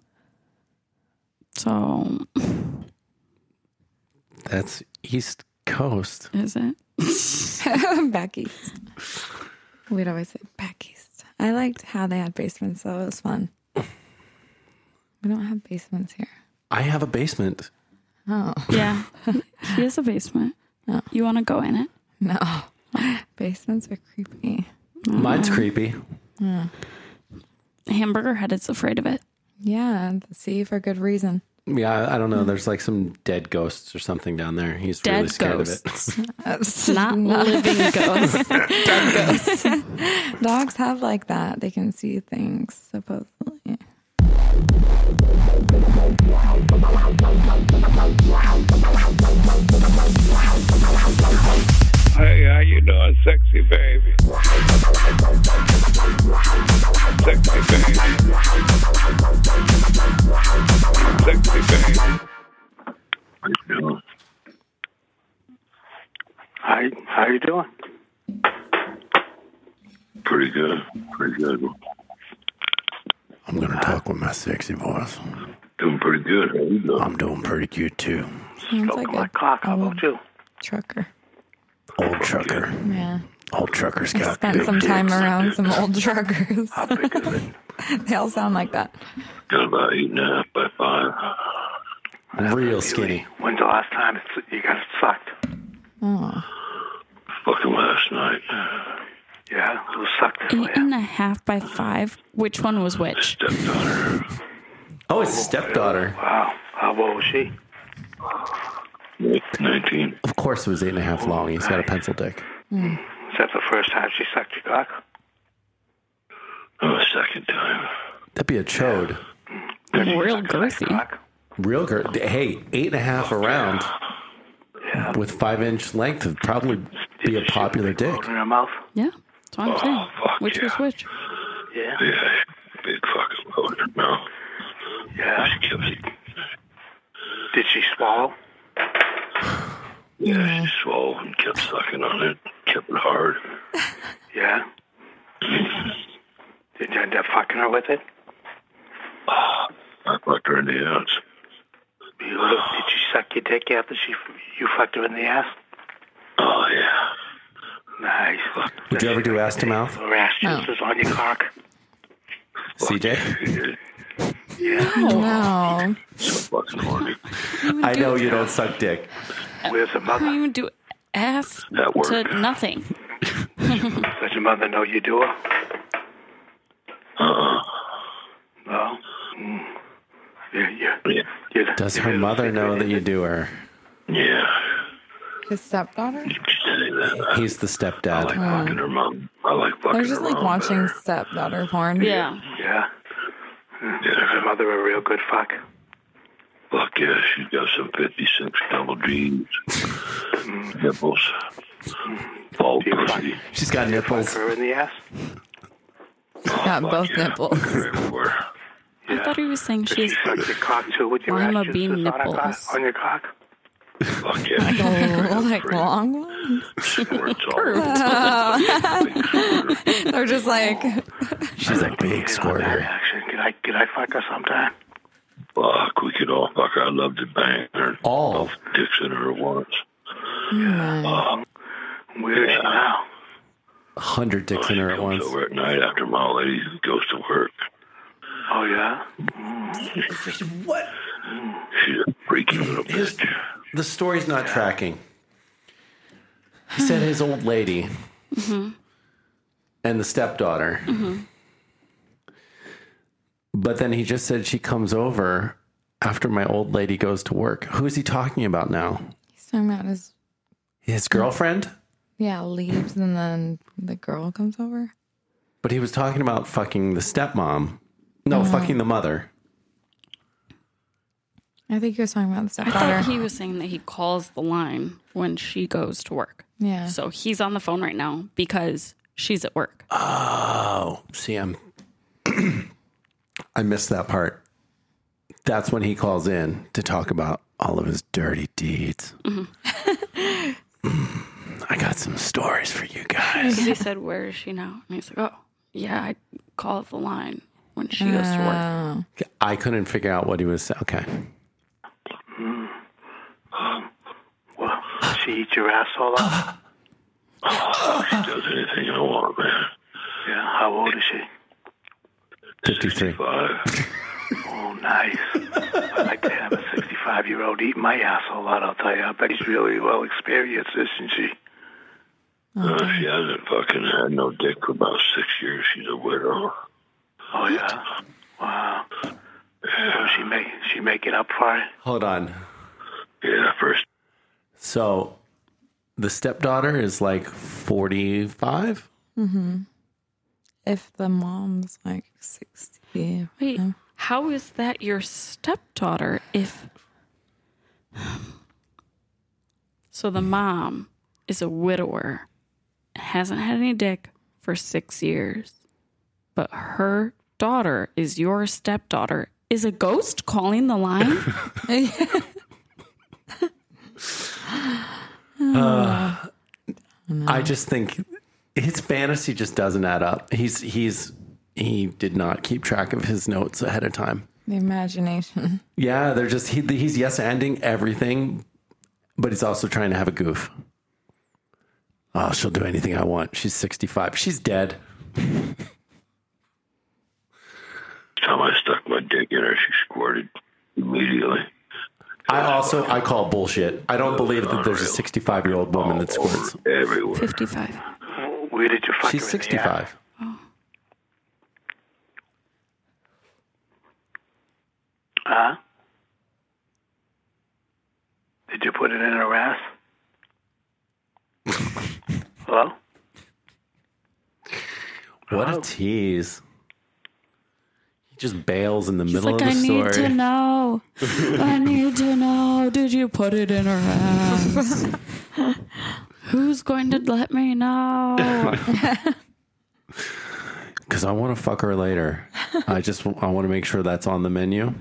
F: so
E: That's East Coast.
F: is it?
D: back east. We'd always say back east. I liked how they had basements, so it was fun. We don't have basements here.
E: I have a basement.
D: Oh.
F: Yeah. he has a basement. You want to go in it?
D: No. Basements are creepy.
E: Mine's creepy.
D: Yeah.
F: Hamburger Head is afraid of it.
D: Yeah, and see for good reason.
E: Yeah, I- I don't know. There's like some dead ghosts or something down there. He's really
D: Dead
E: scared
D: ghosts.
E: of it.
F: Not living ghosts.
D: Dead ghosts. Dogs have like that. They can see things, supposedly.
Q: Hey, how you doing, sexy baby? Sexy baby. Sexy baby. How you doing?
N: How, how you doing?
K: Pretty good. Pretty good.
E: I'm gonna talk with my sexy voice.
K: Doing pretty good. How you doing? I'm
E: doing pretty good too.
D: Sounds like a
N: clock. How about you?
D: trucker.
E: Old trucker.
D: Yeah.
E: Old trucker's
D: I spent some time around some old truckers. they all sound like that.
K: Got about eight and a half by five.
E: Real skinny.
N: When's the last time it's- you got sucked?
D: Oh.
K: Fucking last night.
N: Yeah, it was sucked.
F: Eight and a half by five. Which one was which?
E: Oh, his stepdaughter.
N: Wow. How old was she?
K: 19.
E: Of course, it was eight and a half long. He's got a pencil dick.
N: Is that the first time she sucked your cock?
K: Oh, second time.
E: That'd be a chode.
F: Real girthy.
E: Real girl. Hey, eight and a half around with five inch length would probably be a popular dick.
N: In her mouth?
F: Yeah. That's what I'm saying. which was which?
N: Yeah.
K: Yeah, big fucking load. No.
N: Yeah.
K: She kept it.
N: Did she swallow?
K: Yeah, she swallowed and kept sucking on it. Kept it hard.
N: Yeah. Did you end up fucking her with it?
K: I fucked her in the ass.
N: Beautiful. Did she suck your dick after she you fucked her in the ass?
K: Oh, yeah.
N: Nice.
E: Would you ever do ass to mouth?
N: Her ass
F: Oh.
N: juice is on your cock.
E: CJ?
D: No.
K: Fucking horny.
E: I know you don't suck dick.
F: Uh,
N: Where's the
F: How
N: mother?
F: you do ass
N: That worked.
F: to nothing?
N: Does your mother know you do her?
K: Uh-uh.
N: No. Mm. Yeah, yeah.
E: Does her mother know that you do her?
K: Yeah.
D: His stepdaughter?
E: He's the stepdad.
D: Oh.
K: Her mom. I like
D: They're
K: fucking
D: just
K: her
D: like
K: mom.
D: watching stepdaughter porn.
F: Yeah.
N: Yeah. Mm. Is your mother a real good fuck?
K: Fuck yeah, she's got some 56 double G's. Nipples. Bald pussy.
E: She's got nipples.
N: Her in the ass?
D: Got both nipples.
F: I thought he was saying she's
N: Suck your cock too with your
F: Lima
N: ass juice
F: bean
N: on, her cock-
F: nipples.
N: on your cock?
K: Fuck
D: Like a like long one. They're just like
E: She's a big squirter.
N: Can I, can I fuck her sometime?
K: Fuck, we could all fuck her. I love to bang her.
E: All.
K: Dicks in her once.
N: Yeah.
K: Weird now.
E: hundred dicks in her at once.
K: Over at night after my old lady goes to work.
N: Oh yeah.
E: What?
K: She's a freaky little
E: bitch. The story's not tracking. He said his old lady
K: Mm-hmm.
F: Mhm.
E: and the stepdaughter,
F: Mhm.
E: but then he just said she comes over after my old lady goes to work. Who is he talking about now?
D: He's talking about his
E: His
K: Hmm.
E: girlfriend?
D: yeah leaves, and then the girl comes over.
E: But he was talking about fucking the stepmom. No,
K: Mm-hmm.
D: Uh-huh.
E: fucking the mother.
D: I think he was talking about the
F: I thought
D: stepdaughter.
F: he was saying that he calls the line when she goes to work.
D: Yeah.
F: So he's on the phone right now because she's at work.
E: Oh, see, I'm. I missed that part. That's when he calls in to talk about all of his dirty deeds. I got some stories for you guys.
F: He said, "Where is she now?" And he's like, "Oh, yeah, I called the line when she goes to work."
E: I couldn't figure out what he was. Okay.
N: Well, she eats your ass all up.
K: Oh, She does anything I want, man.
N: Yeah. How old is she?
E: 53.
N: Oh, nice. I'd like to have a 65 year old eat my ass a lot, I'll tell you. I bet she's really well experienced, isn't she?
K: Uh, she hasn't fucking had no dick for about six years. She's a widow.
N: Oh, yeah. Wow. So she make, she making up for it?
E: Hold on.
K: Yeah, first.
E: So the stepdaughter is like 45.
D: hmm If the mom's like sixty,
F: Wait, how is that your stepdaughter? If so, the mom is a widower, hasn't had any dick for six years, but her daughter is your stepdaughter. Is a ghost calling the line?
E: Uh, I just think his fantasy just doesn't add up. He's he's he did not keep track of his notes ahead of time.
D: the imagination.
E: Yeah, they're just he, he's yes ending everything, but he's also trying to have a goof. Oh, she'll do anything I want. She's sixty five. She's dead.
K: time I stuck my dick in her, she squirted immediately.
E: I also I call bullshit. I don't believe that there's a sixty five year old woman that squirts.
K: Everywhere.
F: Fifty-five.
N: Where did you fuck
E: She's
N: her in the
E: sixty
N: ass?
E: five.
N: Huh? Did you put it in her ass? Hello?
E: What a tease. He just bails in the
F: She's
E: middle
F: like,
E: of
F: I
E: the
F: need
E: story.
F: to know. I need to know. Did you put it in her ass? Who's going to let me know?
E: Because I want to fuck her later. I just I want to make sure that's on the menu.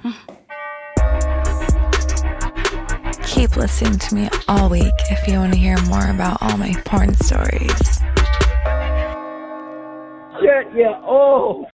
D: Keep listening to me all week if you want to hear more about all my porn stories.
R: Shit, yeah. Oh.